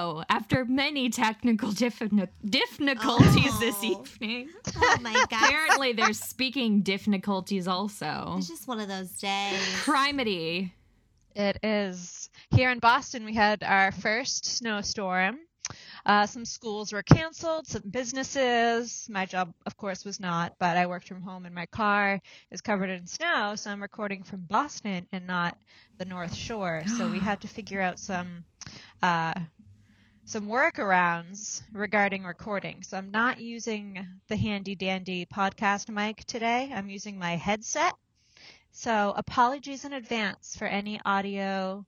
were many technical diffni- difficulties this Oh. evening. Oh my god. Apparently, there's speaking difficulties also. It's just one of those days. Primity. It is. Here in Boston, we had our first snowstorm. Uh, some schools were canceled, some businesses. My job, of course, was not, but I worked from home and my car is covered in snow, so I'm recording from Boston and not the North Shore. So we had to figure out some. Uh, some workarounds regarding recording. So I'm not using the handy dandy podcast mic today. I'm using my headset. So apologies in advance for any audio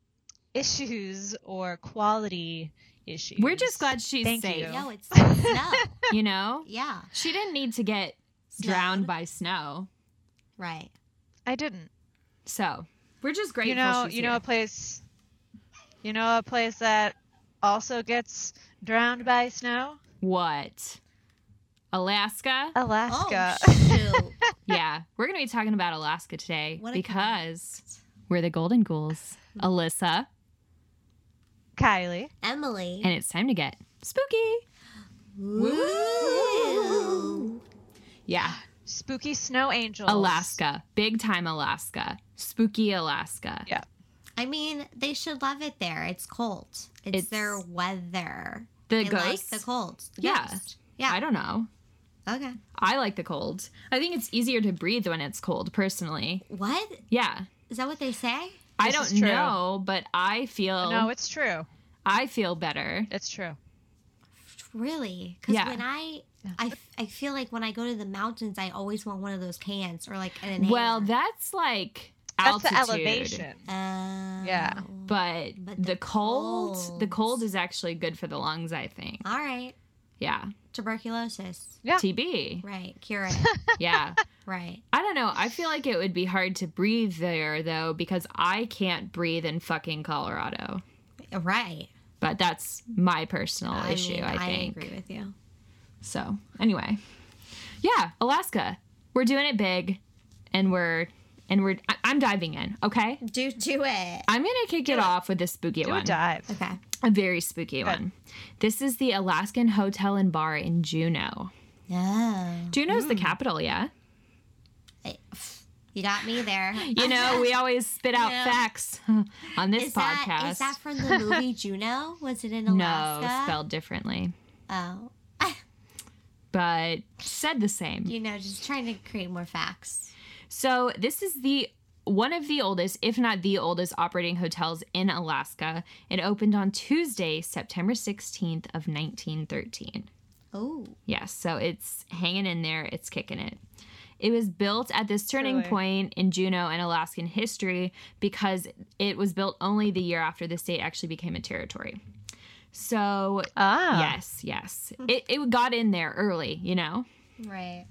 issues or quality issues. We're just glad she's Thank safe. you. No, it's the snow. You know, Yeah. she didn't need to get Snow. drowned by snow. Right. I didn't. So we're just grateful. you know, she's you know here. a place. You know a place that also gets drowned by snow. what? Alaska. Alaska. Oh shoot. yeah, we're gonna be talking about Alaska today What a Hmm. because we're the Golden Ghouls, Alyssa, Kylie. Emily. and it's time to get spooky. Woo. Yeah, Spooky snow angels. Alaska, big time Alaska, spooky Alaska. Yeah. I mean, they should love it there. It's cold. It's, It's- their weather. The they ghosts? like the cold. The Yeah. ghost. Yeah. I don't know. Okay. I like the cold. I think it's easier to breathe when it's cold, personally. What? Yeah, Is that what they say? I This is don't true. know, but I feel No, it's true. I feel better. It's true. Really? Because Yeah. when I, I, f- I feel like when I go to the mountains, I always want one of those cans or like an inhaler. Well, that's like That's altitude. the elevation. Oh. Yeah. But, But the, the cold, the colds. cold is actually good for the lungs, I think. All right. Yeah. Tuberculosis. Yeah. TB. Right. Cure it. Yeah. right. I don't know. I feel like it would be hard to breathe there though because I can't breathe in fucking Colorado. Right. But that's my personal issue, mean, I think. agree with you. So, anyway. Yeah, Alaska. We're doing it big and we're and we're I, I'm diving in, okay? Do do it. I'm going to kick it off with a spooky Do a one. dive. Okay. A very spooky one. This is the Alaskan Hotel and Bar in Juneau. No. Juneau's the capital, yeah? I- You got me there. You know, we always spit out Yeah. facts on this Is podcast. that is that from the movie Juno? Was it in Alaska? no, spelled differently, Oh, but said the same. you know, just trying to create more facts. So this is the one of the oldest, if not the oldest, operating hotels in Alaska. It opened on Tuesday, September 16th of 1913. Oh, Yes, so it's hanging in there, it's kicking it. It was built at this turning Truly. point in Juneau and Alaskan history because it was built only the year after the state actually became a territory. So, Ah. yes, yes. It, it got in there early, you know? right.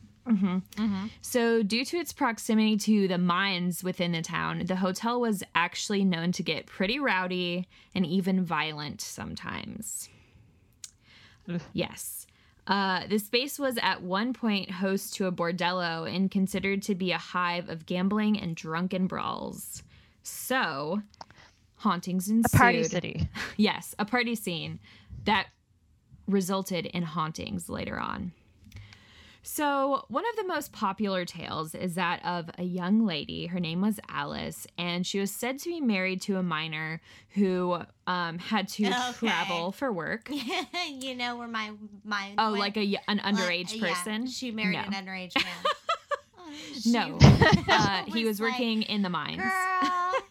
So, due to its proximity to the mines within the town, the hotel was actually known to get pretty rowdy and even violent sometimes. Ugh. Yes. Uh, the space was at one point host to a bordello and considered to be a hive of gambling and drunken brawls. So, hauntings ensued. A party city. Yes, a party scene that resulted in hauntings later on. So, one of the most popular tales is that of a young lady. Her name was Alice, and she was said to be married to a miner who um, had to Okay. travel for work. you know where my my Oh, my- like a, an like- underage yeah, person? she married No. an underage man. Oh, she- No. Uh, he was like, working in the mines. Girl,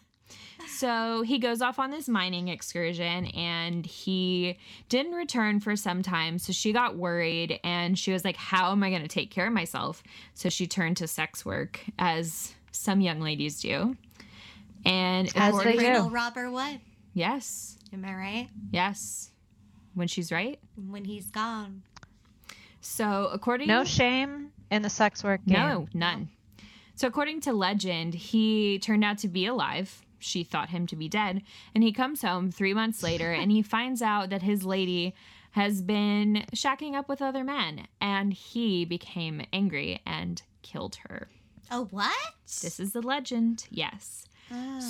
So he goes off on this mining excursion and he didn't return for some time. So she got worried and she was like, How am I going to take care of myself? So she turned to sex work, as some young ladies do. And As they according- do. Colonel Robert Wood. yes, Am I right? yes, when she's right. When he's gone, So according No shame in the sex work game. No, none. So, according to legend, he turned out to be alive. She thought him to be dead. And he comes home three months later and he finds out that his lady has been shacking up with other men. And he became angry and killed her. oh what? This is the legend. Yes.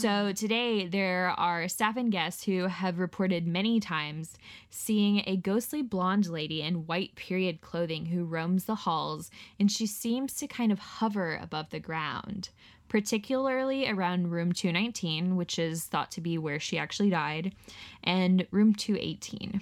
So today, there are staff and guests who have reported many times seeing a ghostly blonde lady in white period clothing who roams the halls, and she seems to kind of hover above the ground, particularly around room 219, which is thought to be where she actually died, and room 218.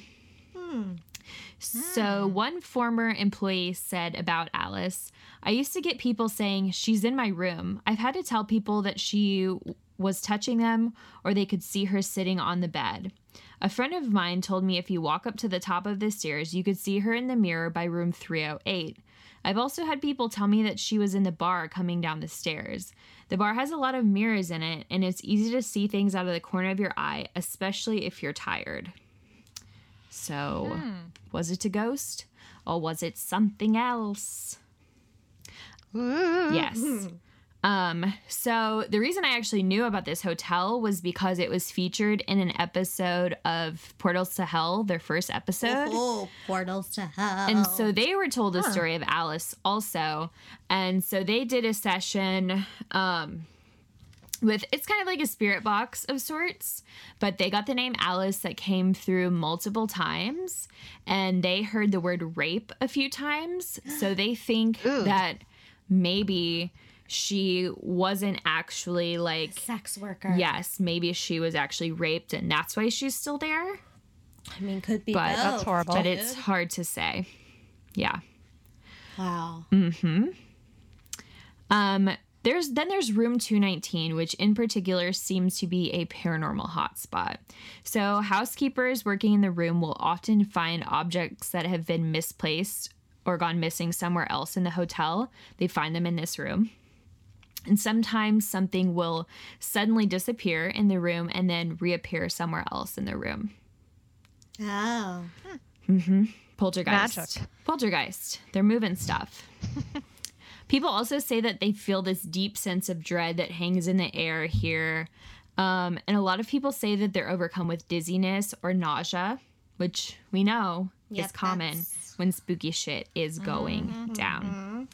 So, one former employee said about Alice, I used to get people saying, She's in my room. I've had to tell people that she w- was touching them or they could see her sitting on the bed. A friend of mine told me if you walk up to the top of the stairs, you could see her in the mirror by room 308. I've also had people tell me that she was in the bar coming down the stairs. The bar has a lot of mirrors in it, and it's easy to see things out of the corner of your eye, especially if you're tired. So, was it a ghost or was it something else? Ooh. Yes. Um, so the reason I actually knew about this hotel was because it was featured in an episode of Portals to Hell, their first episode. Oh, portals to hell. And so they were told the story of Alice also. And so they did a session um, with, it's kind of like a spirit box of sorts, but they got the name Alice that came through multiple times. And they heard the word rape a few times. So they think that maybe she wasn't actually like. sex worker. Yes, maybe she was actually raped, and that's why she's still there. I mean, could be. But- both. That's horrible. But it's hard to say. Yeah. wow. Um, there's then there's room 219, which in particular seems to be a paranormal hotspot. So housekeepers working in the room will often find objects that have been misplaced or gone missing somewhere else in the hotel. They find them in this room. And sometimes something will suddenly disappear in the room and then reappear somewhere else in the room. Oh, Poltergeist. Magic. Poltergeist. They're moving stuff. People also say that they feel this deep sense of dread that hangs in the air here. Um, and a lot of people say that they're overcome with dizziness or nausea, which we know is Yep, common that's- Mm-hmm, when spooky shit is going down.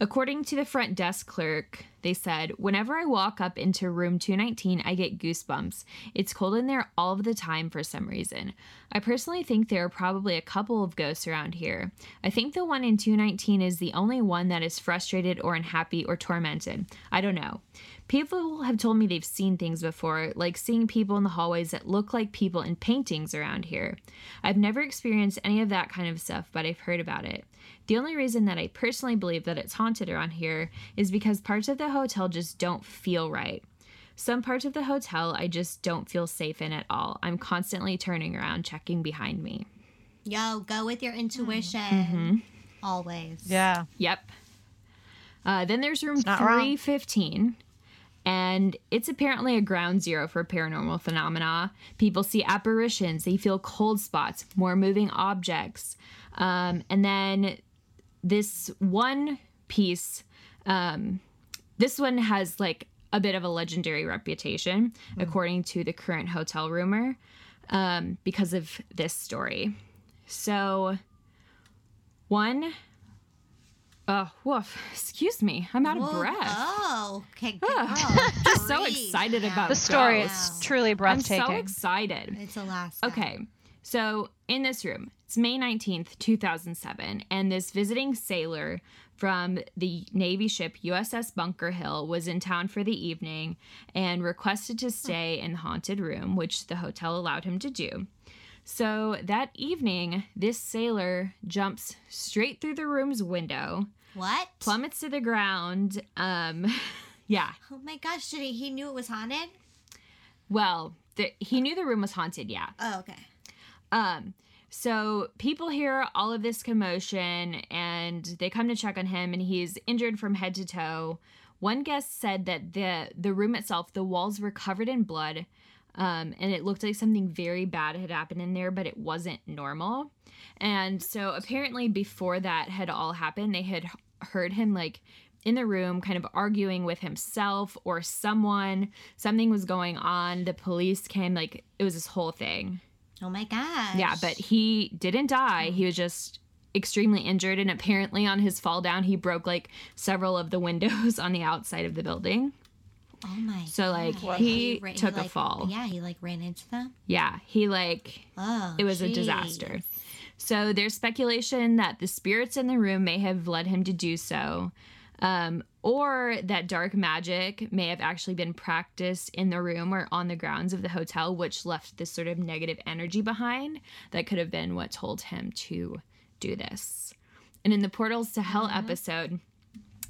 According to the front desk clerk, they said, Whenever I walk up into room 219, I get goosebumps. It's cold in there all of the time for some reason. I personally think there are probably a couple of ghosts around here. I think the one in 219 is the only one that is frustrated or unhappy or tormented. I don't know. People have told me they've seen things before, like seeing people in the hallways that look like people in paintings around here. I've never experienced any of that kind of stuff, but I've heard about it. The only reason that I personally believe that it's haunted around here is because parts of the hotel just don't feel right. Some parts of the hotel I just don't feel safe in at all. I'm constantly turning around, checking behind me. yo, go with your intuition. Mm-hmm. Always. Yeah. Yep. Uh, then there's room not wrong. 315, and it's apparently a ground zero for paranormal phenomena. People see apparitions, they feel cold spots, more moving objects. Um, and then this one piece this one has like a bit of a legendary reputation according to the current hotel rumor um, because of this story so one uh woof excuse me i'm out of Whoa, breath Oh, okay. Good Ah. girl. Just so Breathe excited now. about The story is Wow. truly i'm breathtaking. so excited It's a last. step. Okay. So in this room, it's May 19th, 2007, and this visiting sailor from the Navy ship USS Bunker Hill was in town for the evening and requested to stay in the haunted room, which the hotel allowed him to do. So that evening, this sailor jumps straight through the room's window, What? plummets to the ground. Um, yeah, Oh my gosh! Did he? He knew it was haunted. well, the, he knew the room was haunted, yeah. Oh, okay. Um, so people hear all of this commotion and they come to check on him and he's injured from head to toe. One guest said that the the room itself, the walls were covered in blood, um, and it looked like something very bad had happened in there, but it wasn't normal. And so apparently before that had all happened, they had h- heard him like in the room kind of arguing with himself or someone. Something was going on. The police came, like it was this whole thing. Oh my gosh. Yeah, but he didn't die. He was just extremely injured. And apparently, on his fall down, he broke like several of the windows on the outside of the building. Oh my. So, like, God. he ra- took a like- fall. Yeah, he like ran into them. Yeah, he like Oh, it was a geez. disaster. So there's speculation that the spirits in the room may have led him to do so, um, or that dark magic may have actually been practiced in the room or on the grounds of the hotel, which left this sort of negative energy behind. That could have been what told him to do this. And in the Portals to Hell episode,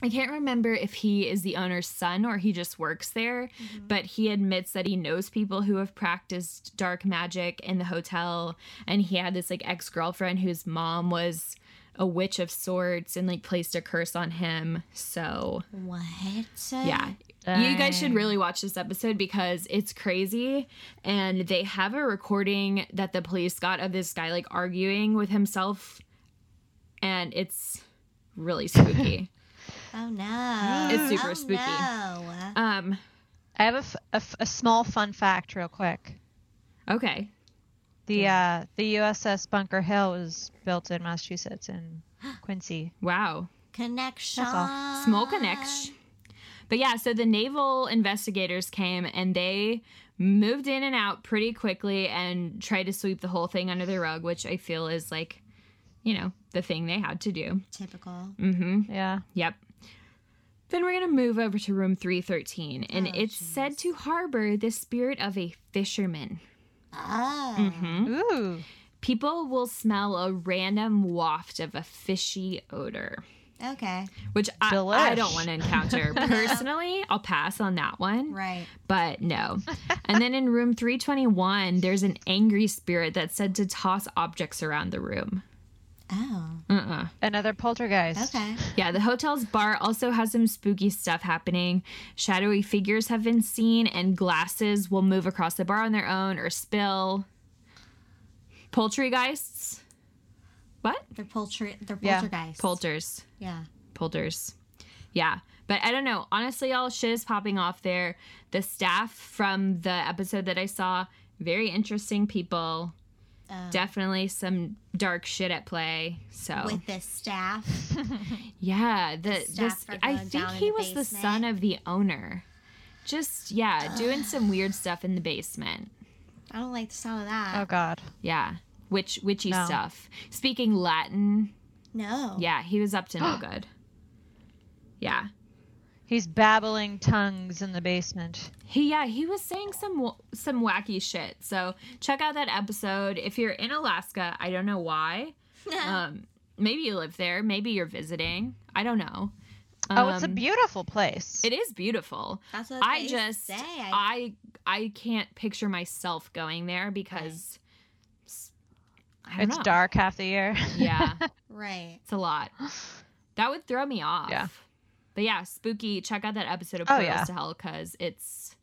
I can't remember if he is the owner's son or he just works there, but he admits that he knows people who have practiced dark magic in the hotel. And he had this like ex girlfriend whose mom was a witch of sorts and like placed a curse on him. So, What? yeah. You guys should really watch this episode because it's crazy. And they have a recording that the police got of this guy like arguing with himself. And it's really spooky. Oh no. Mm. It's super oh, spooky. No. Um, I have a, f- a f- a small fun fact, real quick. okay. The uh, the USS Bunker Hill was built in Massachusetts in Quincy. Wow. Connection. all. Small connection. But yeah, so the naval investigators came and they moved in and out pretty quickly and tried to sweep the whole thing under the rug, which I feel is like, you know, the thing they had to do. Typical. Mm. Mm-hmm. Yeah. Yep. Then we're going to move over to room 313, and Oh, it's said to harbor the spirit of a fisherman. Oh. Mm-hmm. Ooh. People will smell a random waft of a fishy odor. Okay. which I, I Delish. don't want to encounter personally. I'll pass on that one, Right. but no. And then in room 321, there's an angry spirit that's said to toss objects around the room. Oh. Uh-uh. Another poltergeist. Okay. Yeah, the hotel's bar also has some spooky stuff happening. Shadowy figures have been seen, and glasses will move across the bar on their own or spill. Poultry geists? What? They're poultry. They're Yeah. poltergeists. Poulters. yeah. Polders. Yeah. But I don't know. Honestly, all shit is popping off there. The staff from the episode that I saw, very interesting people. Uh, Definitely some dark shit at play. Oh. So With the staff. yeah, the staff this are I going think down in he the was the basement. son of the owner. Just yeah, doing some weird stuff in the basement. I don't like the sound of that. Oh God. Yeah. Witch witchy No. stuff. Speaking Latin. No. Yeah, he was up to no good. Yeah. He's babbling tongues in the basement. He yeah, he was saying some wa- some wacky shit. So check out that episode if you're in Alaska. I don't know why. Uh, Um, maybe you live there. Maybe you're visiting. I don't know. oh, it's a Um, beautiful place. It is beautiful. That's what I they just say. I, I I can't picture myself going there because s- I don't it's know. dark half the year. Yeah, right. it's a lot. That would throw me off. Yeah. But yeah, spooky. Check out that episode of Oh, Portals yeah. to Hell because it's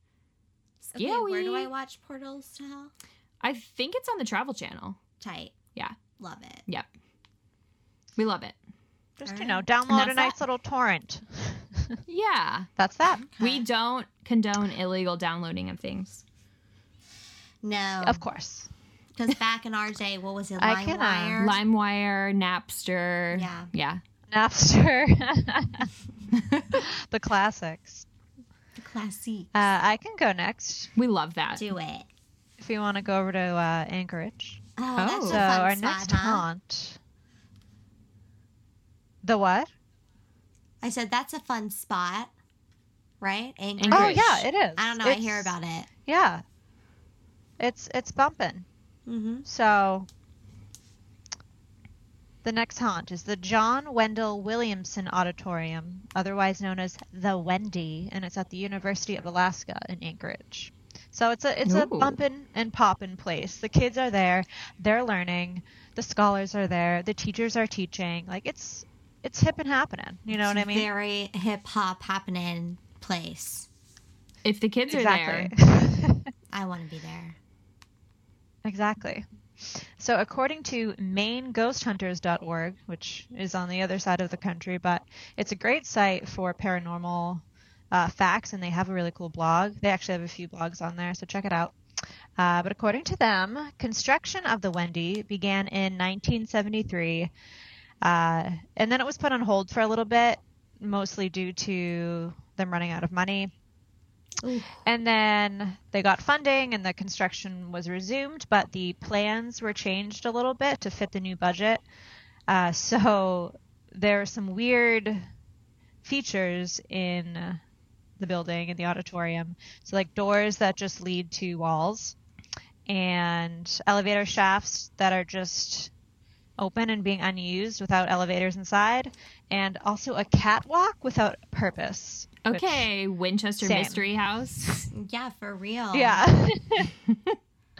Okay, scary. where do I watch Portals to Hell? I think it's on the Travel Channel. Tight. Yeah. Love it. Yep. We love it. Just you Alright. know, And download that's a nice that. little torrent. Yeah. That's that. We Okay. don't condone illegal downloading of things. No. Of course. Because back in our day, what was it? I can, uh, LimeWire. LimeWire, Napster. Yeah. Yeah. Napster. the classics. Classy. Uh, I can go next We love that. Do it. if you want to go over to uh, Anchorage. Oh, Oh. that's a So fun our spot, next huh? haunt. The what? I said that's a fun spot, right? Anchorage. Oh, Oh Anchorage. yeah, it is. I don't know. I It's- hear about it. Yeah. It's it's bumping. Mm-hmm. So the next haunt is the John Wendell Williamson Auditorium, otherwise known as the Wendy, and it's at the University of Alaska in Anchorage. So it's a it's a Ooh. bumpin' and poppin' place. The kids are there, they're learning, the scholars are there, the teachers are teaching. Like it's it's hip and happening. You know what I mean? Very hip hop happening place. If the kids are there, exactly. I want to be there. Exactly. So, according to MaineGhostHunters.org, which is on the other side of the country, but it's a great site for paranormal uh, facts, and they have a really cool blog. They actually have a few blogs on there, so check it out. Uh, but according to them, construction of the Wendy began in 1973, uh, and then it was put on hold for a little bit, mostly due to them running out of money. Ooh. And then they got funding and the construction was resumed, but the plans were changed a little bit to fit the new budget. Uh, so there are some weird features in the building, in the auditorium. So, like doors that just lead to walls and elevator shafts that are just open and being unused without elevators inside, and also a catwalk without purpose. which- Okay, Winchester Same. Mystery House. Yeah, for real. Yeah.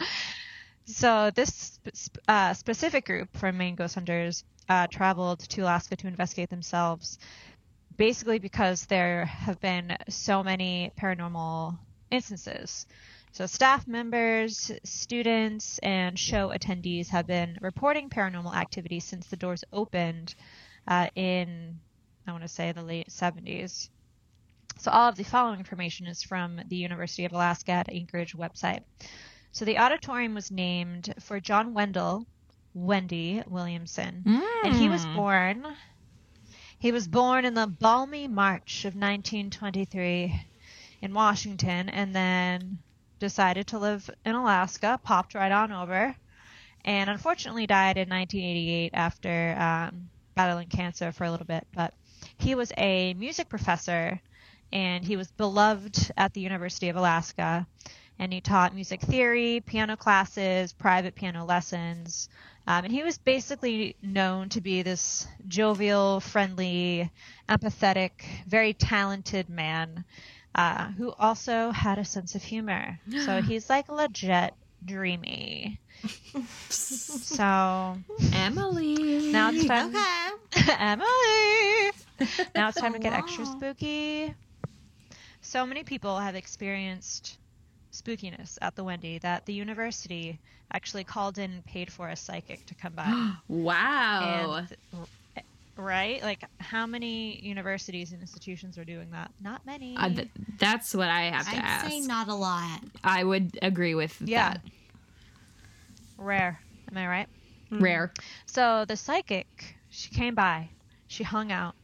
so this sp- sp- uh, specific group from Maine Ghost Hunters uh, traveled to Alaska to investigate themselves, basically because there have been so many paranormal instances. So staff members, students, and show attendees have been reporting paranormal activity since the doors opened uh, in, I want to say, the late 70s. So all of the following information is from the University of Alaska at Anchorage website. So the auditorium was named for John Wendell Wendy Williamson, and he was born. He was born in the balmy March of 1923 in Washington, and then decided to live in Alaska. Popped right on over, and unfortunately died in 1988 after um, battling cancer for a little bit. But he was a music professor and he was beloved at the University of Alaska. And he taught music theory, piano classes, private piano lessons. Um, and he was basically known to be this jovial, friendly, empathetic, very talented man uh, who also had a sense of humor. So he's like legit dreamy. so Emily. now it's time. Okay. Emily. Now it's time to get extra Wow. spooky. So many people have experienced spookiness at the Wendy that the university actually called in and paid for a psychic to come by. wow. And, r- right? Like how many universities and institutions are doing that? Not many. Uh, th- that's what I have to I'd ask. say not a lot. I would agree with Yeah. that. Rare. Am I right? Rare. So the psychic, she came by, she hung out,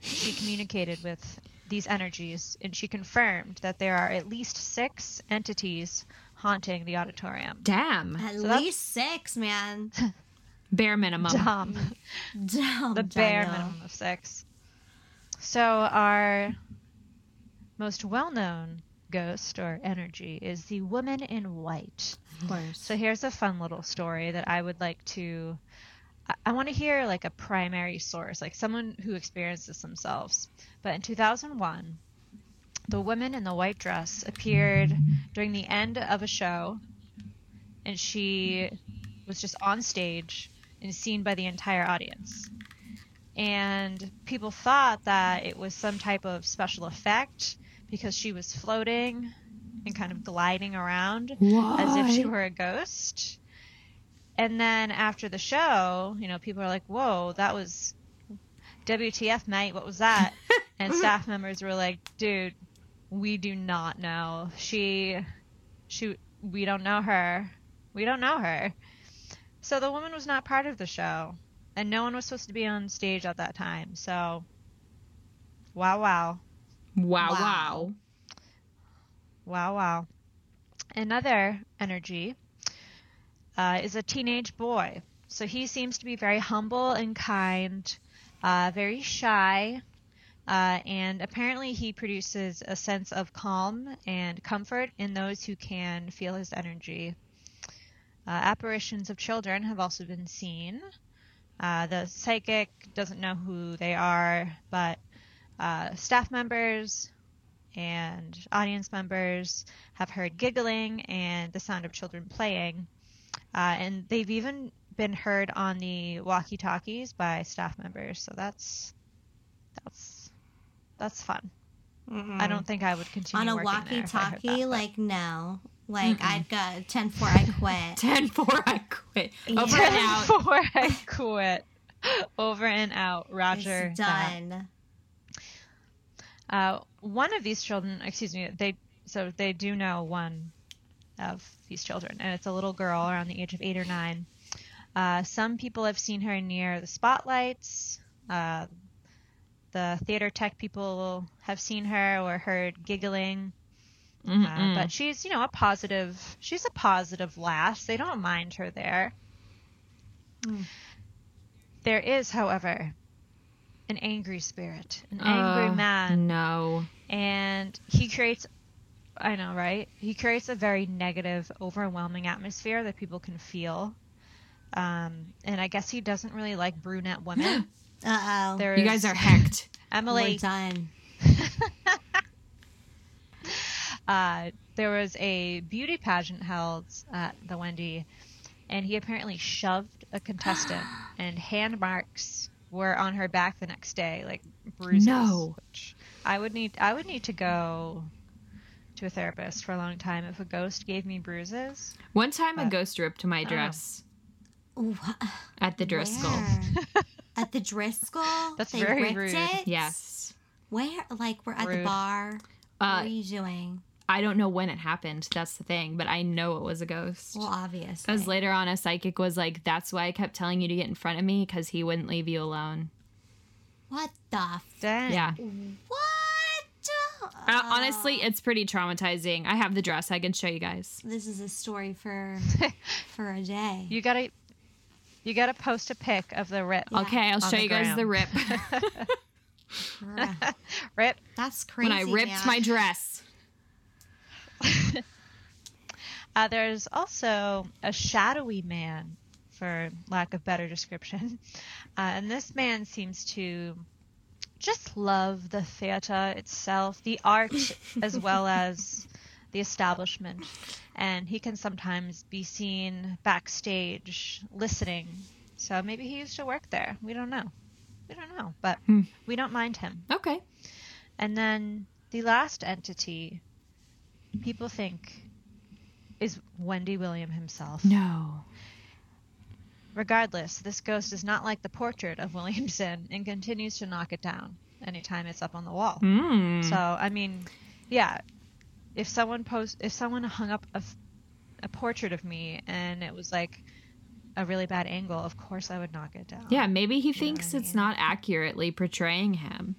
she communicated with these energies, and she confirmed that there are at least six entities haunting the auditorium. Damn. At So that's- least six, man. Bare minimum. Dumb. Damn. The bare Dino. minimum of six. So our most well known ghost or energy is the woman in white. Of course. So here's a fun little story that I would like to. I, I want to hear like a primary source, like someone who experienced this themselves. But in 2001, the woman in the white dress appeared during the end of a show, and she was just on stage and seen by the entire audience. And people thought that it was some type of special effect because she was floating and kind of gliding around Why? as if she were a ghost. And then after the show, you know, people are like, "Whoa, that was WTF, mate? What was that?" and staff members were like, "Dude, we do not know. She, she, we don't know her. We don't know her." So the woman was not part of the show, and no one was supposed to be on stage at that time. So, wow, wow. Wow, wow. Wow. Wow, wow. Another energy uh, is a teenage boy. So he seems to be very humble and kind, uh, very shy, uh, and apparently he produces a sense of calm and comfort in those who can feel his energy. Uh, apparitions of children have also been seen. Uh, the psychic doesn't know who they are, but uh, staff members, and audience members have heard giggling and the sound of children playing. Uh, and they've even been heard on the walkie-talkies by staff members. So that's that's that's fun. I don't think I would continue On a working there if I heard walkie-talkie, that, but- like no, like I'd go ten four. I quit. 10 4, I quit. Over Yeah. and out. Before I quit. Over and out, Roger. it's that. done. Uh, one of these children, excuse me, they so they do know one of these children, and it's a little girl around the age of eight or nine. Uh, some people have seen her near the spotlights. Uh, the theater tech people have seen her or heard giggling. Uh, but she's, you know, a positive. She's a positive lass. They don't mind her there. There is, however, an angry spirit, an angry Oh, man, No. and he creates. I know, right? He creates a very negative, overwhelming atmosphere that people can feel. Um, and I guess he doesn't really like brunette women. Uh oh. There You is guys are hecked. Emily We're done. uh, there was a beauty pageant held at the Wendy, and he apparently shoved a contestant, and hand marks were on her back the next day, like bruises. No. which I would need. I would need to go to a therapist for a long time if a ghost gave me bruises. One time a But- ghost ripped my dress Ooh, at the Driscoll. where? At the Driscoll? That's they very ripped rude. It? Yes. Where? Like we're at Rude. the bar. what Uh, are you doing? I don't know when it happened. That's the thing, but I know it was a ghost. Well, obviously. Because later on, a psychic was like, "That's why I kept telling you to get in front of me because he wouldn't leave you alone." what the? Uh, F- Dang. Yeah. what? Uh, honestly, it's pretty traumatizing. I have the dress. I can show you guys. Oh, this is a story for for a day. You gotta. You gotta post a pic of the rip. Yeah. Okay, I'll On show the you guys the rip Bruh. Rip. That's crazy. when I ripped man. my dress. Uh, there's also a shadowy man, for lack of better description. Uh, and this man seems to just love the theater itself, the art, as well as the establishment. And he can sometimes be seen backstage listening. So maybe he used to work there. We don't know. We don't know. But Hmm. we don't mind him. Okay. And then the last entity people think is Wendy William himself. No. Regardless, this ghost is not like the portrait of Williamson and continues to knock it down anytime it's up on the wall. Mm. So, I mean, yeah, if someone post if someone hung up a, f- a portrait of me and it was like a really bad angle, of course I would knock it down. yeah, maybe he know thinks what I it's mean? not accurately portraying him,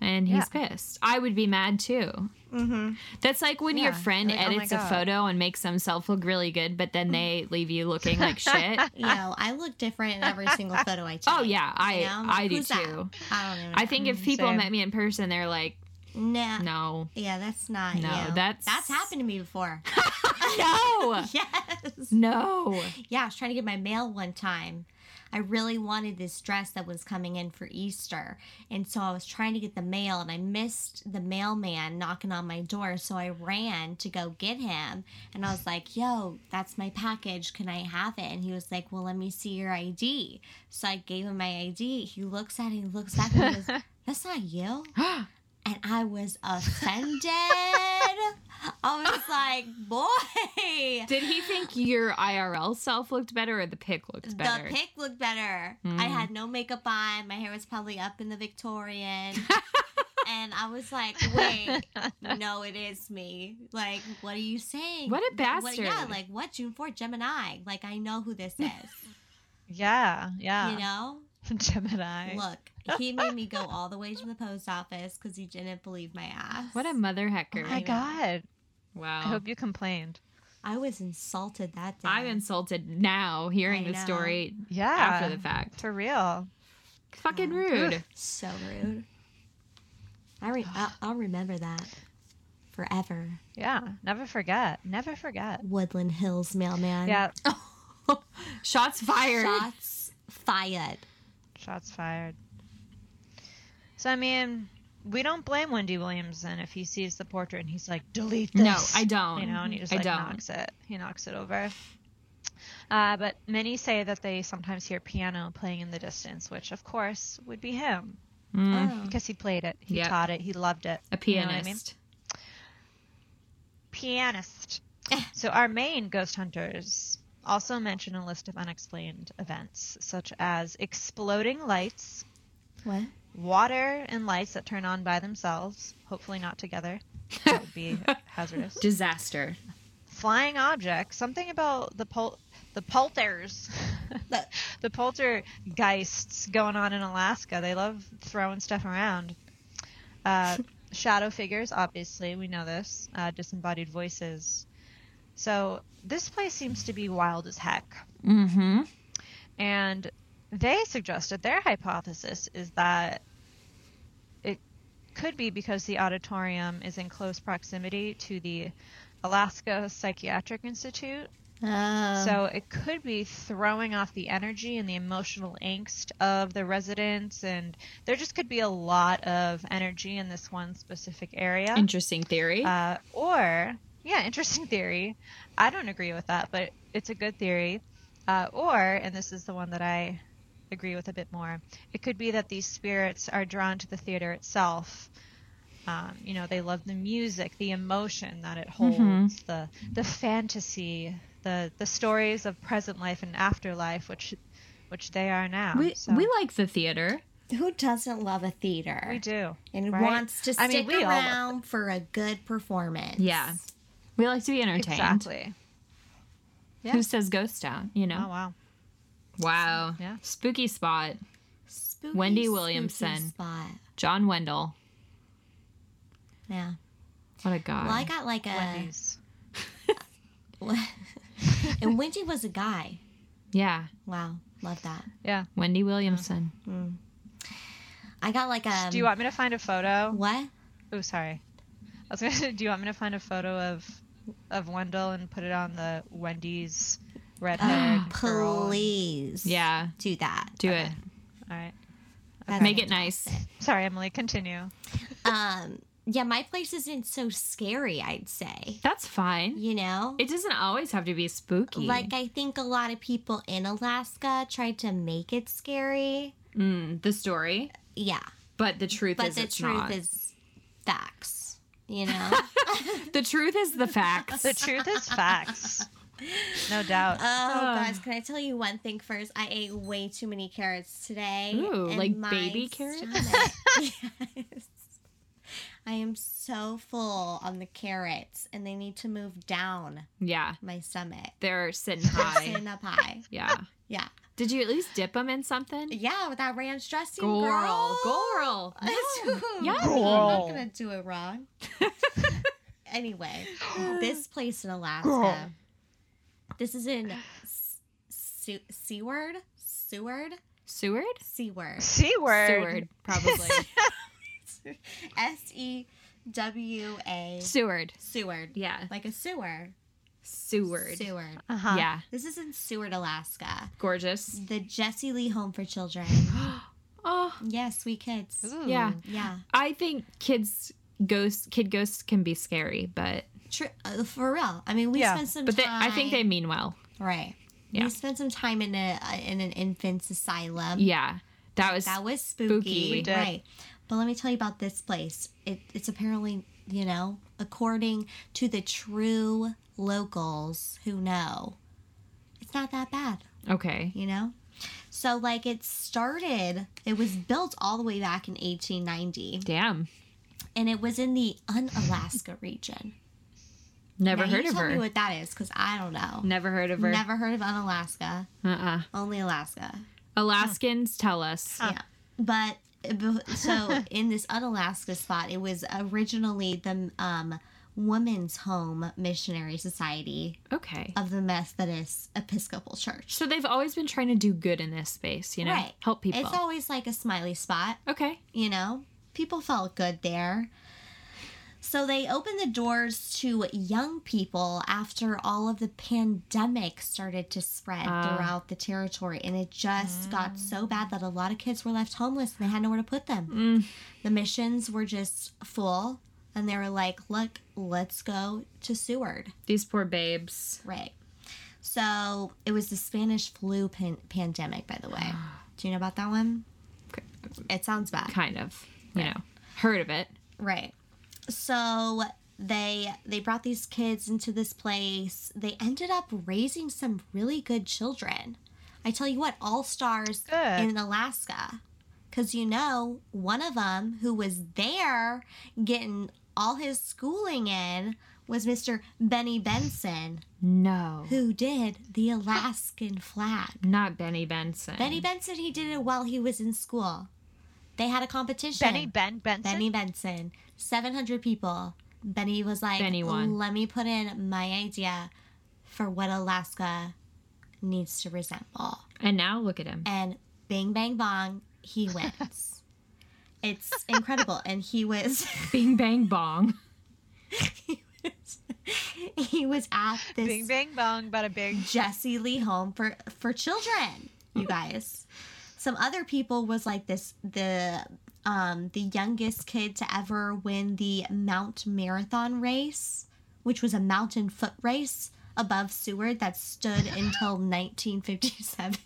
and he's pissed. I would be mad too. Mm-hmm. That's like when your Yeah, friend like, oh my edits a God. photo and makes themselves look really good, but then they leave you looking like shit. You know, I look different in every single photo I take. Oh yeah, I You know, I'm like, I do "Who's that?" too. I don't even. Know. I think if people Mm, same. met me in person, they're like, Nah. no, Yeah, that's not. No, you. that's- that's happened to me before. no, yes. no. Yeah, I was trying to get my mail one time. I really wanted this dress that was coming in for Easter. And so I was trying to get the mail and I missed the mailman knocking on my door. So I ran to go get him. And I was like, yo, that's my package. Can I have it? And he was like, well, let me see your ID. So I gave him my ID. He looks at it, he looks back and he goes, that's not you. And I was offended. I was like, boy. Did he think your IRL self looked better or the pic looked better? The pic looked better. Mm. I had no makeup on. My hair was probably up in the Victorian. and I was like, wait, no, it is me. Like, what are you saying? What a Th- yeah, bastard. like, what? June 4th, Gemini. Like, I know who this is. yeah, yeah. you know? Gemini. Look, he made me go all the way to the post office because he didn't believe my ass. What a mother Oh hecker! my god. Wow. I hope you complained. I was insulted that day. I'm insulted now hearing I the know. story Yeah. after the fact. For real. Fucking rude. So rude. I re- I'll, I'll remember that forever. Yeah. Never forget. Never forget. Woodland Hills mailman. Yeah. Shots fired. Shots fired. Shots fired. So I mean, we don't blame Wendy Williamson if he sees the portrait and he's like, delete this. No, I don't. You know, and he just I like don't. knocks it. He knocks it over. Uh, but many say that they sometimes hear piano playing in the distance, which of course would be him Mm, Oh. because he played it, he Yep. taught it, he loved it. a You know what I mean? pianist. pianist. so our main ghost hunters also mention a list of unexplained events, such as exploding lights, What? water and lights that turn on by themselves, hopefully not together. That would be hazardous. Disaster. Flying objects, something about the pol- the polters. The- the poltergeists going on in Alaska. They love throwing stuff around. Uh, shadow figures, obviously, we know this, uh, disembodied voices. So this place seems to be wild as heck. Mm-hmm. And they suggested their hypothesis is that it could be because the auditorium is in close proximity to the Alaska Psychiatric Institute. Oh. So it could be throwing off the energy and the emotional angst of the residents, and there just could be a lot of energy in this one specific area. Interesting theory. Uh, or, yeah, interesting theory. I don't agree with that, but it's a good theory. Uh, or, and this is the one that I agree with a bit more, it could be that these spirits are drawn to the theater itself. Um, you know, they love the music, the emotion that it holds, Mm-hmm. the the fantasy, the the stories of present life and afterlife, which which they are now. we so we like the theater. Who doesn't love a theater? we do. And right? wants to I mean, stick we all love around for a good performance. Yeah. We like to be entertained. Exactly. Yeah. Who says ghost town? You know. Oh wow. Wow. Yeah. Spooky spot. Spooky, Wendy spooky Williamson. Spot. John Wendell. Yeah. What a guy. Well, I got like a. Wendy's. and Wendy was a guy. yeah. Wow. Love that. Yeah. Wendy Williamson. I got like a. do you want me to find a photo? What? Oh, sorry. I was gonna. say, Do you want me to find a photo of of Wendell and put it on the Wendy's red haired Ah, girl? Please. Yeah. Do that. Do it. All right. That's Make it nice. Sorry, Emily. Continue. Um. Yeah, my place isn't so scary. I'd say. That's fine. You know. It doesn't always have to be spooky. Like I think a lot of people in Alaska tried to make it scary. mm, the story, Yeah, but the truth but is the it's truth not. is facts. You know. the truth is the facts. The truth is facts. No doubt. Oh Ugh. gosh, can I tell you one thing first? I ate way too many carrots today. Ooh, and like my baby carrots? stomach- yes. I am so full on the carrots, and they need to move down yeah. my stomach. They're sitting high. Sitting up high. yeah. Yeah. Did you at least dip them in something? Yeah, with that ranch dressing, Girl, girl. girl. Dude, Yummy. I'm not Girl. gonna do it wrong. anyway, this place in Alaska. Girl. This is in S- Su- Seward, Seward, Seward? Seward, C word. Seward, probably. S E W A Seward. Seward, Yeah. like a sewer. Seward. Seward. Uh huh. Yeah. This is in Seward, Alaska. Gorgeous. The Jesse Lee Home for Children. Oh, yes, we kids. yeah. Yeah, I think kids ghosts kid ghosts can be scary, but True, uh, for real. I mean, we Yeah, spent some but they, time. I think they mean well. Right. Yeah. We spent some time in a uh, in an infant's asylum. Yeah. That was That was spooky. Spooky. We did. Right. But let me tell you about this place. It, it's apparently, you know, according to the true locals who know, it's not that bad, okay. you know? So, like, it started, it was built all the way back in 1890, Damn. and it was in the unalaska region. Never Now, heard you of tell me her. what that is, because I don't know. Never heard of her. Never heard of unalaska, Uh-uh. only Alaska. Alaskans tell us. Yeah. But uh, bef- so in this unalaska spot, it was originally the um, Women's Home Missionary Society Okay. of the Methodist Episcopal Church. So they've always been trying to do good in this space, you know, Right. help people. It's always like a smiley spot, okay. you know? People felt good there. So they opened the doors to young people after all of the pandemic started to spread Ah. Mm. throughout the territory. And it just got so bad that a lot of kids were left homeless and they had nowhere to put them. Mm, the missions were just full and they were like look let's go to seward these poor babes. right so it was the spanish flu pan- pandemic by the way do you know about that one it sounds bad Kind of, you know. Heard of it. right so they they brought these kids into this place they ended up raising some really good children i tell you what all stars Good. in alaska because you know one of them who was there getting all his schooling in was mr benny benson No. who did the alaskan flag Not Benny Benson. benny benson he did it while he was in school They had a competition. Benny Ben Benson. Benny Benson. 700 people. Benny was like, Benny won. let me put in my idea for what Alaska needs to resemble. And now look at him. And bing, bang, bong, he wins. it's incredible. And he was. Bing bang bong. he was, he was at this Bing bang bong, but a big. Jesse Lee home for for children, you guys. Some other people was like this the um the youngest kid to ever win the Mount Marathon race, which was a mountain foot race above Seward that stood until 1957.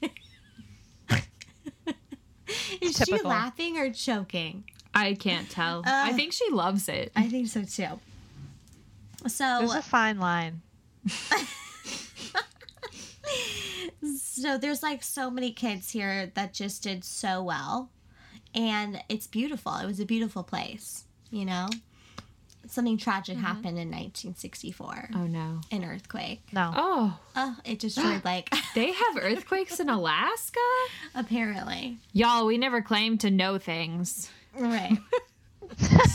Is she Typical. laughing or choking? I can't tell. I think she loves it. I think so too. There's So a fine line. so there's like so many kids here that just did so well and it's beautiful it was a beautiful place you know something tragic Mm-hmm. happened in 1964 Oh no. an earthquake No. Oh, oh it destroyed like they have earthquakes in Alaska? apparently Y'all, we never claim to know things. right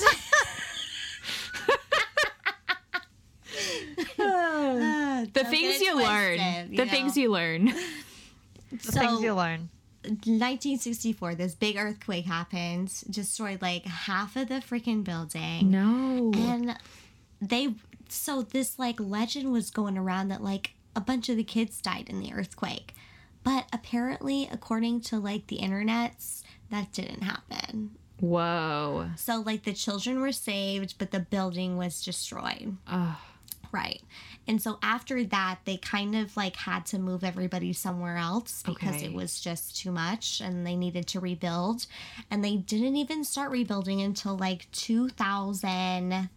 the the things you learn. the things you learn. the things you learn. 1964 this big earthquake happened destroyed like half of the freaking building No. and they so this like legend was going around that like a bunch of the kids died in the earthquake but apparently according to like the internets that didn't happen Whoa. so like the children were saved but the building was destroyed Ugh. right and so after that they kind of like had to move everybody somewhere else because Okay. it was just too much and they needed to rebuild and they didn't even start rebuilding until like 2000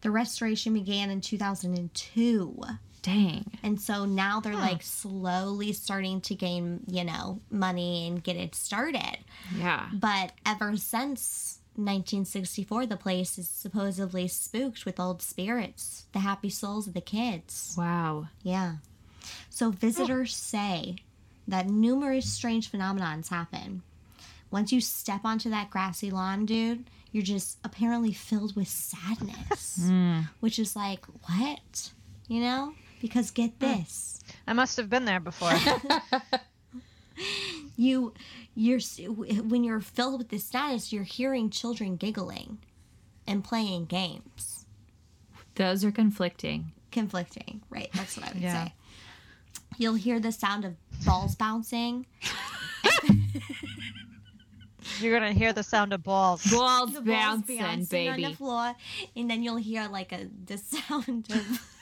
the restoration began in 2002 Dang. and so now they're like slowly starting to gain you know money and get it started Yeah. but ever since 1964 the place is supposedly spooked with old spirits the happy souls of the kids Wow. yeah. So visitors say that numerous strange phenomenons happen. Once you step onto that grassy lawn, dude, you're just apparently filled with sadness, which is like, what? You know? Because get this. I must have been there before. You you're s- when you're filled with this sadness, you're hearing children giggling and playing games. Those are conflicting. conflicting, right? That's what I would Yeah. say. You'll hear the sound of balls bouncing. You're gonna hear the sound of balls. Balls the balls bouncing, baby. on the floor, and then you'll hear like a the sound of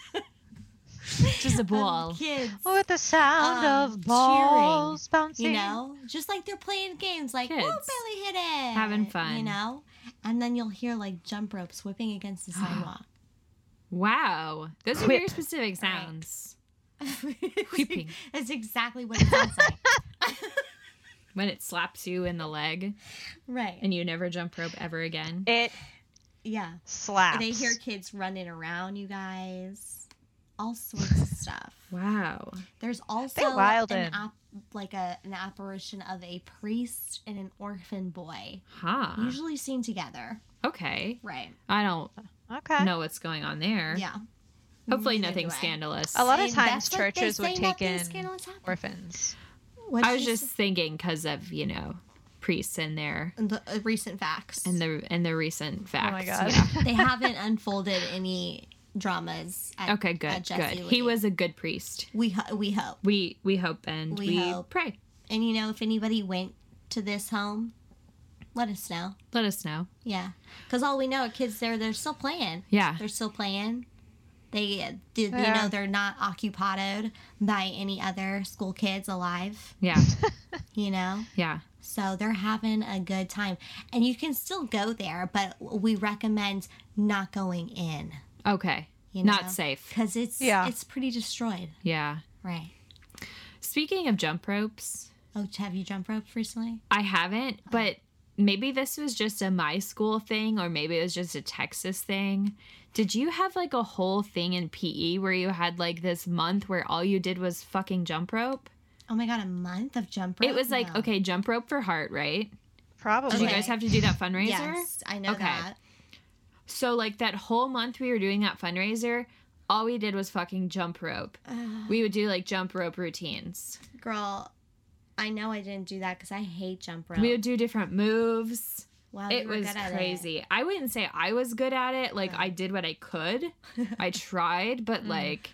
Just a ball. of kids, Oh, With the sound Um, of cheering, balls bouncing. you know, just like they're playing games, like whoa, Kids. Billy hit it, Having fun. you know. And then you'll hear like jump ropes whipping against the sidewalk. Wow. Those are Whip. very specific sounds. Whipping. That's exactly what it sounds like. When it slaps you in the leg Right. and you never jump rope ever again. It Yeah. slaps. They hear kids running around, you guys. All sorts of stuff. Wow. There's also They're wild an in. app like a an apparition of a priest and an orphan boy, Huh. usually seen together. Okay. Right. I don't Okay. know what's going on there. Yeah. Hopefully Neither nothing do I. scandalous. A lot of And times that's what they churches would say take nothing in scandalous happened. orphans. What'd I was you just say? thinking because of, you know, priests and their the uh, recent facts. and the and the recent facts. Oh my god. Yeah. they haven't unfolded any dramas. At, Okay, good. At Jesse Good. Lee. He was a good priest. We ho- we hope. We we hope and we, We hope. pray. And you know, if anybody went to this home, let us know. Let us know. Yeah, because all we know are kids there. They're still playing. Yeah. they're still playing. They, uh, did, you Yeah. know, they're not occupied by any other school kids alive. Yeah. You know, Yeah. so they're having a good time, and you can still go there, but we recommend not going in. Okay. You know, Not safe. because it's Yeah. it's pretty destroyed. Yeah. Right. Speaking of jump ropes, Oh, have you jump rope recently? I haven't, but maybe this was just a my school thing or maybe it was just a Texas thing. Did you have like a whole thing in PE where you had like this month where all you did was fucking jump rope? Oh my god, a month of jump rope. It was like, No. okay, jump rope for heart, right? Probably. Did you guys have to do that fundraiser? Yes, I know Okay. that. So like that whole month we were doing that fundraiser, all we did was fucking jump rope. Ugh, We would do like jump rope routines. girl, I know I didn't do that because I hate jump rope. We would do different moves. wow, you it were was good at it. crazy. I wouldn't say I was good at it. Like No. I did what I could. I tried, but Mm. like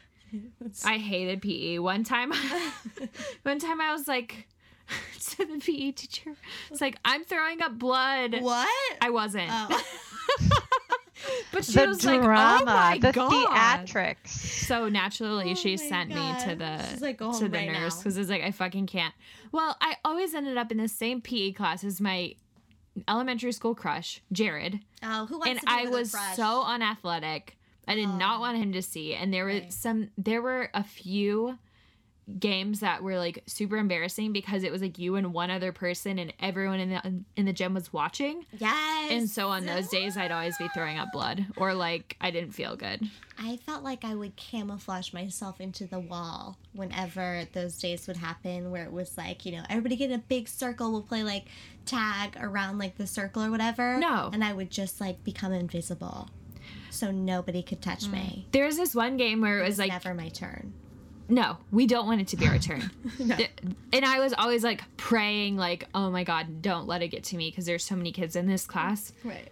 I hated PE. One time one time I was like to the PE teacher. It's like I'm throwing up blood. what? I wasn't. Oh. But she the was like, drama, "Oh my the god." theatrics. So naturally, Oh she my sent me to God. the She's like, "Go to home the right now." nurse because it's like I fucking can't. Well, I always ended up in the same PE class as my elementary school crush, Jared, Oh, who wants and to be I with a was crush? so unathletic. I did Oh. not want him to see, and there were Okay. some. There were a few games that were like super embarrassing because it was like you and one other person, and everyone in the in the gym was watching. Yes. And so on those days, I'd always be throwing up blood, or like I didn't feel good. I felt like I would camouflage myself into the wall whenever those days would happen, where it was like, you know, everybody get in a big circle, we'll play like tag around like the circle or whatever. No. And I would just like become invisible. So nobody could touch me. There was this one game where it It was was Mm. like never my turn. no, we don't want it to be our turn. No. Th- And I was always like praying, like, oh my God, don't let it get to me because there's so many kids in this class. Right.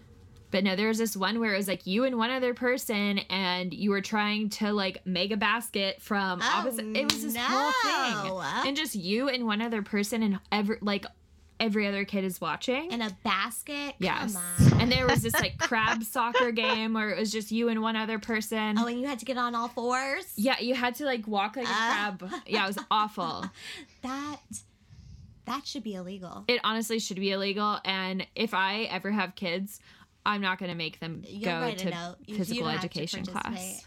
But no, there was this one where it was like you and one other person, and you were trying to like make a basket from Oh, opposite. It was this whole no. thing. And just you and one other person, and every, like, every other kid is watching. In a basket? Yes. Come on. And there was this like crab soccer game where it was just you and one other person. oh, and you had to get on all fours? Yeah, you had to like walk like a Ah. crab. Yeah, it was awful. That that should be illegal. It honestly should be illegal. And if I ever have kids, I'm not going to make them You'll go write a to note. You- you physical don't have to education class. participate.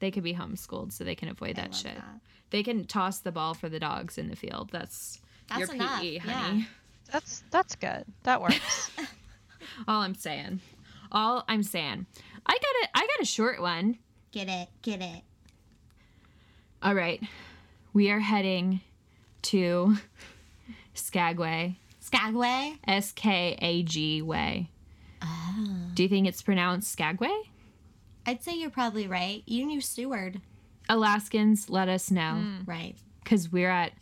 They could be homeschooled so they can avoid I that love shit. that. They can toss the ball for the dogs in the field. That's, That's your enough, PE, yeah. honey. That's that's good. That works. All I'm saying. All I'm saying. I got a I got a short one. Get it, get it. All right. We are heading to Skagway. Skagway? S K A G way. Oh. Do you think it's pronounced Skagway? I'd say you're probably right. You knew Seward. Alaskans, let us know. Right. because we're at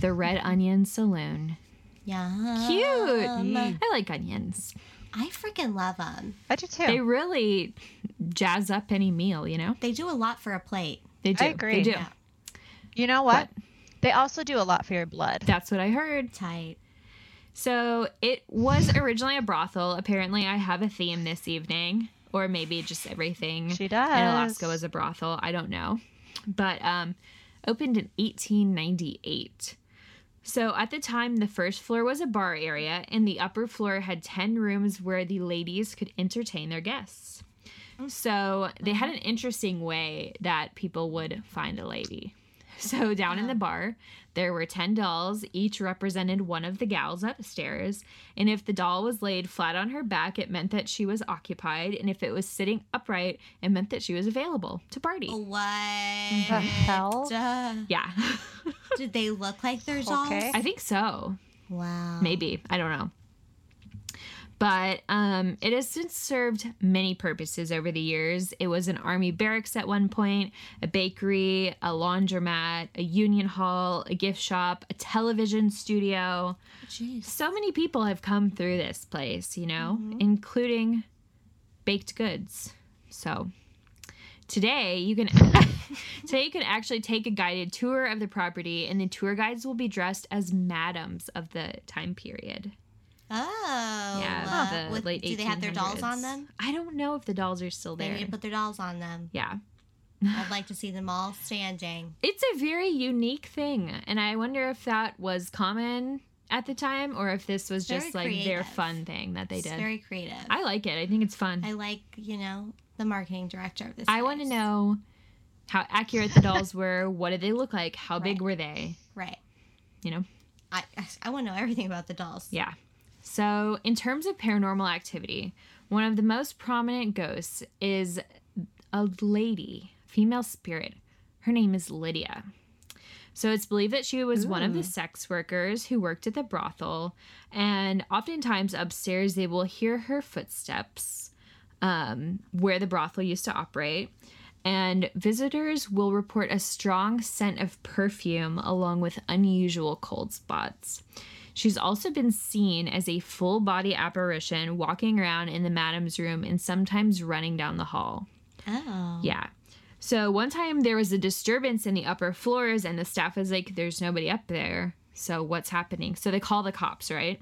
the Red Onion Saloon. Yeah. Cute. Um, I like onions. I freaking love them. I do too. They really jazz up any meal, you know? They do a lot for a plate. They do. They agree. do. Yeah. you know what? They also do a lot for your blood. That's what I heard. Tight. So it was originally a brothel. Apparently, I have a theme this evening, or maybe just everything She in does. Alaska was a brothel. I don't know. But um, opened in 1898. So at the time, the first floor was a bar area, and the upper floor had 10 rooms where the ladies could entertain their guests. So they had an interesting way that people would find a lady. So down in the bar, there were 10 dolls, each represented one of the gals upstairs. And if the doll was laid flat on her back, it meant that she was occupied. And if it was sitting upright, it meant that she was available to party. What? The hell? Duh. Yeah, Did they look like their dolls? Okay. I think so. Wow. Maybe. I don't know. But um, it has since served many purposes over the years. It was an army barracks at one point, a bakery, a laundromat, a union hall, a gift shop, a television studio. Jeez. So many people have come through this place, you know, Mm-hmm. including baked goods. So today you can today you can actually take a guided tour of the property and the tour guides will be dressed as madams of the time period. Oh. yeah, uh, the with- late 1800s. do they have their dolls on them? I don't know if the dolls are still They there. need to put their dolls on them. yeah. I'd like to see them all standing. It's a very unique thing and I wonder if that was common at the time or if this was Very just like their creative. fun thing that they It's did. very creative. I, I like it. I think it's fun. like, you know, the marketing director of this. I want to place. know how accurate the dolls were. What did they look like? How big Right. were they? Right. You know? I, I want to know everything about the dolls. Yeah. So, in terms of paranormal activity, one of the most prominent ghosts is a lady, female spirit. Her name is Lydia. So it's believed that she was one of Ooh. the sex workers who worked at the brothel, and oftentimes upstairs they will hear her footsteps um, where the brothel used to operate. And visitors will report a strong scent of perfume along with unusual cold spots. She's also been seen as a full body apparition walking around in the madam's room and sometimes running down the hall. Oh. Yeah. So one time there was a disturbance in the upper floors, and the staff was like, there's nobody up there. So what's happening? So they call the cops, right?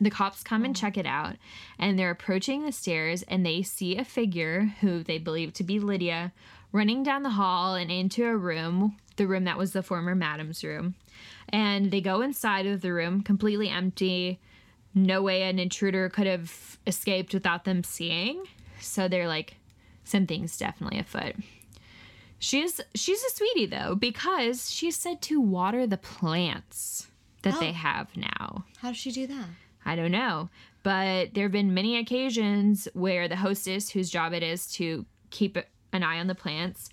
The cops come and check it out, and they're approaching the stairs, and they see a figure who they believe to be Lydia running down the hall and into a room, the room that was the former madam's room. And they go inside of the room, completely empty. No way an intruder could have escaped without them seeing. So they're like, something's definitely afoot. She's she's a sweetie though because she's said to water the plants that they Oh. have now. How does she do that? I don't know. But there have been many occasions where the hostess, whose job it is to keep an eye on the plants,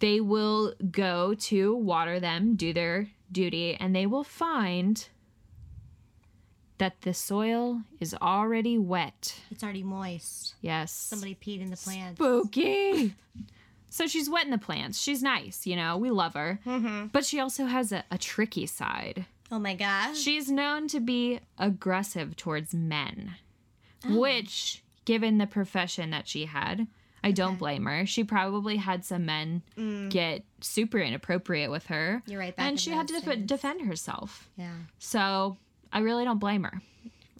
they will go to water them, do their duty, and they will find that the soil is already wet. It's already moist. Yes. Somebody peed in the plants. Spooky. So she's wetting the plants. She's nice, you know. We love her. But she also has a, a tricky side. Oh my gosh. She's known to be aggressive towards men, Oh. which, given the profession that she had, I don't blame her. She probably had some men get super inappropriate with her. Mm. You're right, back in And she had to those def- days. defend herself. Yeah. So I really don't blame her.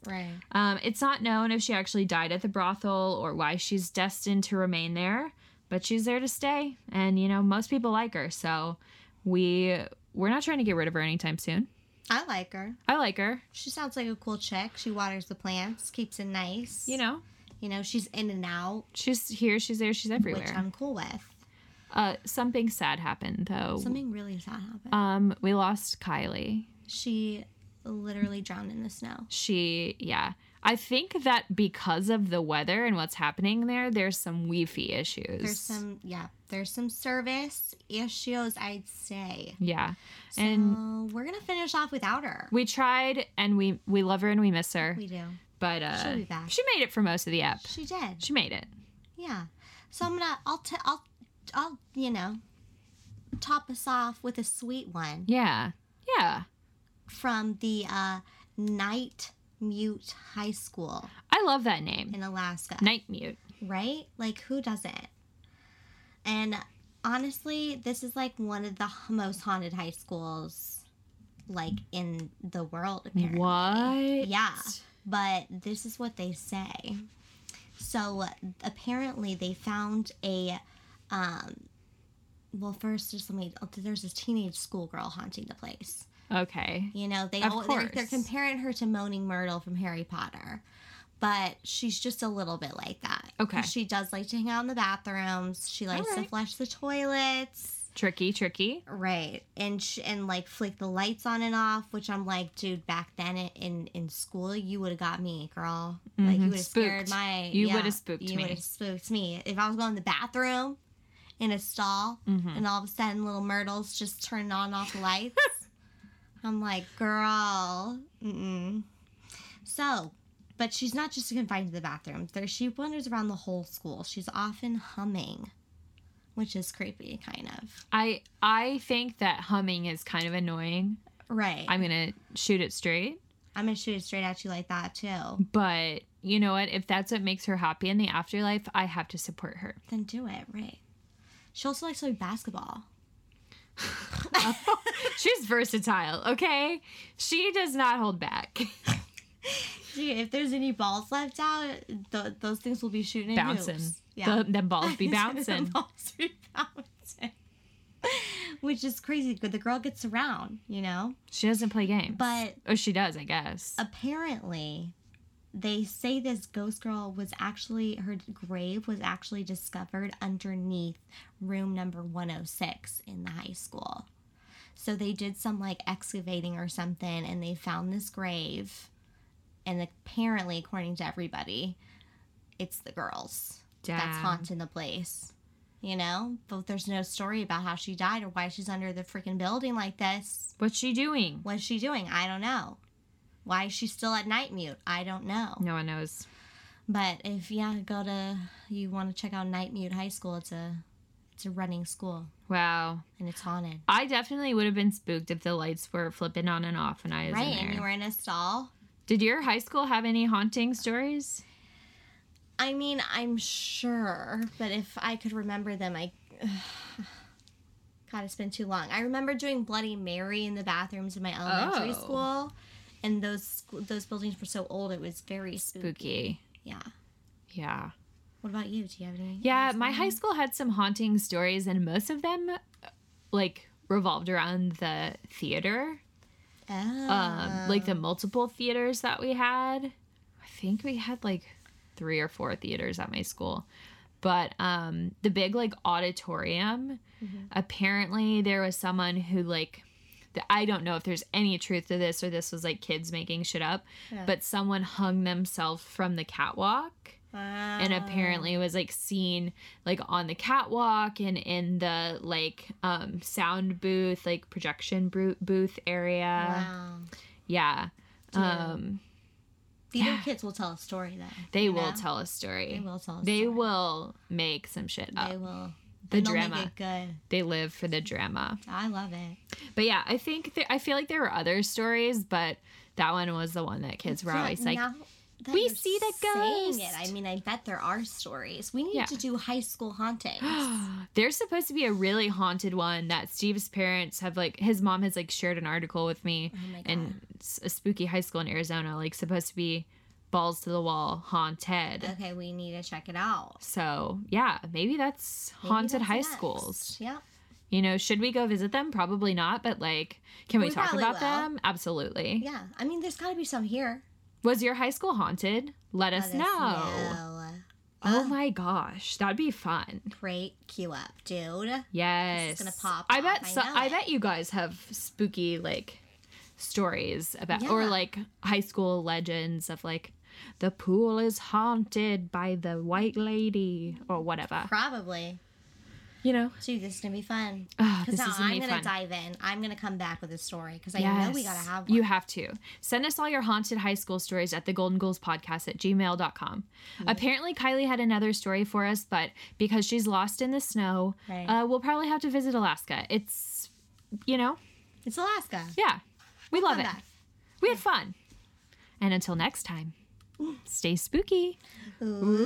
Right. Um, it's not known if she actually died at the brothel or why she's destined to remain there, but she's there to stay, and you know most people like her, so we we're not trying to get rid of her anytime soon. I like her. I like her, She sounds like a cool chick. She waters the plants, keeps it nice. you know. You know, she's in and out, She's here, she's there, she's which everywhere. I'm cool with. Uh, something sad happened though. Something really sad happened. Um, we lost Kylie. she literally drowned in the snow. She, yeah. I think that because of the weather and what's happening there, there's some weefy issues. There's some, yeah, there's some service issues, I'd say. yeah, So and we're going to finish off without her. we tried, and we we love her and we miss her. We do. But uh, She'll be back. she made it for most of the app. She did. She made it. Yeah. So I'm going to, I'll, t- I'll, I'll, you know, top us off with a sweet one Yeah. Yeah. from the uh, Night Mute High School I love that name. in Alaska. Night Mute. right? Like, who doesn't? And honestly, this is like one of the h- most haunted high schools, like in the world. Apparently. What? Yeah, but this is what they say. So apparently, they found a. Um, well, first, just let me. There's this teenage schoolgirl haunting the place. Okay. You know, they Of all, they're, they're course. comparing her to Moaning Myrtle from Harry Potter, but she's just a little bit like that. Okay. she does like to hang out in the bathrooms. She likes to Alright. flush the toilets, Tricky, tricky. right? And sh- and like flick the lights on and off. Which I'm like, dude, back then in in, in school, you would have got me, girl. Mhm. Like you would have scared Spooked. my. You would've spooked you me. would have spooked me if I was going to the bathroom in a stall Mhm. and all of a sudden little myrtle's just turning on and off the lights i'm like girl mm-mm. so but she's not just confined to the bathroom there she wanders around the whole school she's often humming which is creepy kind of I I think that humming is kind of annoying. right I'm gonna shoot it straight. i'm gonna shoot it straight at you like that too But you know what? If that's what makes her happy in the afterlife, I have to support her. then do it right she also likes to play basketball She's versatile, okay? She does not hold back. Dude, if there's any balls left out th- those things will be shooting in Bouncing. hoops. Yeah. The, them balls be It's gonna bouncing. bounce, be bouncing. Which is crazy because the girl gets around, you know? She doesn't play games. But- Uh, oh, she does, I guess. Apparently, they say this ghost girl was actually, her grave was actually discovered underneath room number 106 in the high school. So they did some like excavating or something and they found this grave. And apparently, according to everybody, it's the girls that's Damn. haunting the place. you know? But there's no story about how she died or why she's under the freaking building like this. What's she doing? What's she doing? I don't know. Why is she still at night mute? I don't know. No one knows. But if yeah, go to you want to check out Night Mute High School. It's a it's a running school Wow. and it's haunted. I definitely would have been spooked if the lights were flipping on and off when I was Right, in there. and you were in a stall. Did your high school have any haunting stories? I mean, I'm sure, but if I could remember them, I. God, it's been too long. I remember doing Bloody Mary in the bathrooms in my elementary Oh. school, and those sc- those buildings were so old; it was very spooky. Spooky. Yeah. Yeah. What about you? Do you have any? Yeah, my high school had some haunting stories, and most of them, uh, like, revolved around the theater, Oh. um, like the multiple theaters that we had. I think we had like three or four theaters at my school, but um, the big like auditorium. Apparently, there was someone who like. th- I don't know if there's any truth to this or this was like kids making shit up, Yeah. but someone hung themselves from the catwalk and Wow. apparently was like seen like on the catwalk and in the like um sound booth like projection bru- booth area Wow. yeah Yeah. um Theater Yeah. kids will tell a story though. they you will know? tell a story They will tell. A They story. will make some shit up They will. uh, the and they'll make drama it good. they live for the drama I love it. but yeah i think there, i feel like there were other stories but that one was the one that kids were Yeah, always like now that "We you're see the saying ghost." It, I mean, I bet there are stories. We need Yeah. to do high school hauntings. Ah, There's supposed to be a really haunted one that Steve's parents have like his mom has like shared an article with me Oh my God. and s- a spooky high school in Arizona like supposed to be balls to the wall haunted. okay, we need to check it out. So, yeah, maybe that's Maybe haunted that's high next. schools. Yeah. You know, should we go visit them? Probably not, but like can we, We talk probably about will. them? Absolutely. Yeah. I mean, there's got to be some here. Was your high school haunted? Let, us, Let know. know. Oh Ah. my gosh, that'd be fun. Great queue up, dude. Yes. gonna pop I off, bet I so, know I it. bet you guys have spooky like stories about or Yeah. like high school legends of like the pool is haunted by the white lady or whatever. Probably. You know. Dude, this is going to be fun. Ah, Because this now is gonna I'm be going to fun. dive in. I'm going to come back with a story because I know we got to have one. You have to. Send us all your haunted high school stories at the Golden Ghouls podcast at gmail.com. Apparently, Kylie had another story for us, but because she's lost in the snow, Right. uh, we'll probably have to visit Alaska. It's, you know, it's Alaska. yeah. We love Come it. back. We had fun. And until next time, stay spooky. Ooh.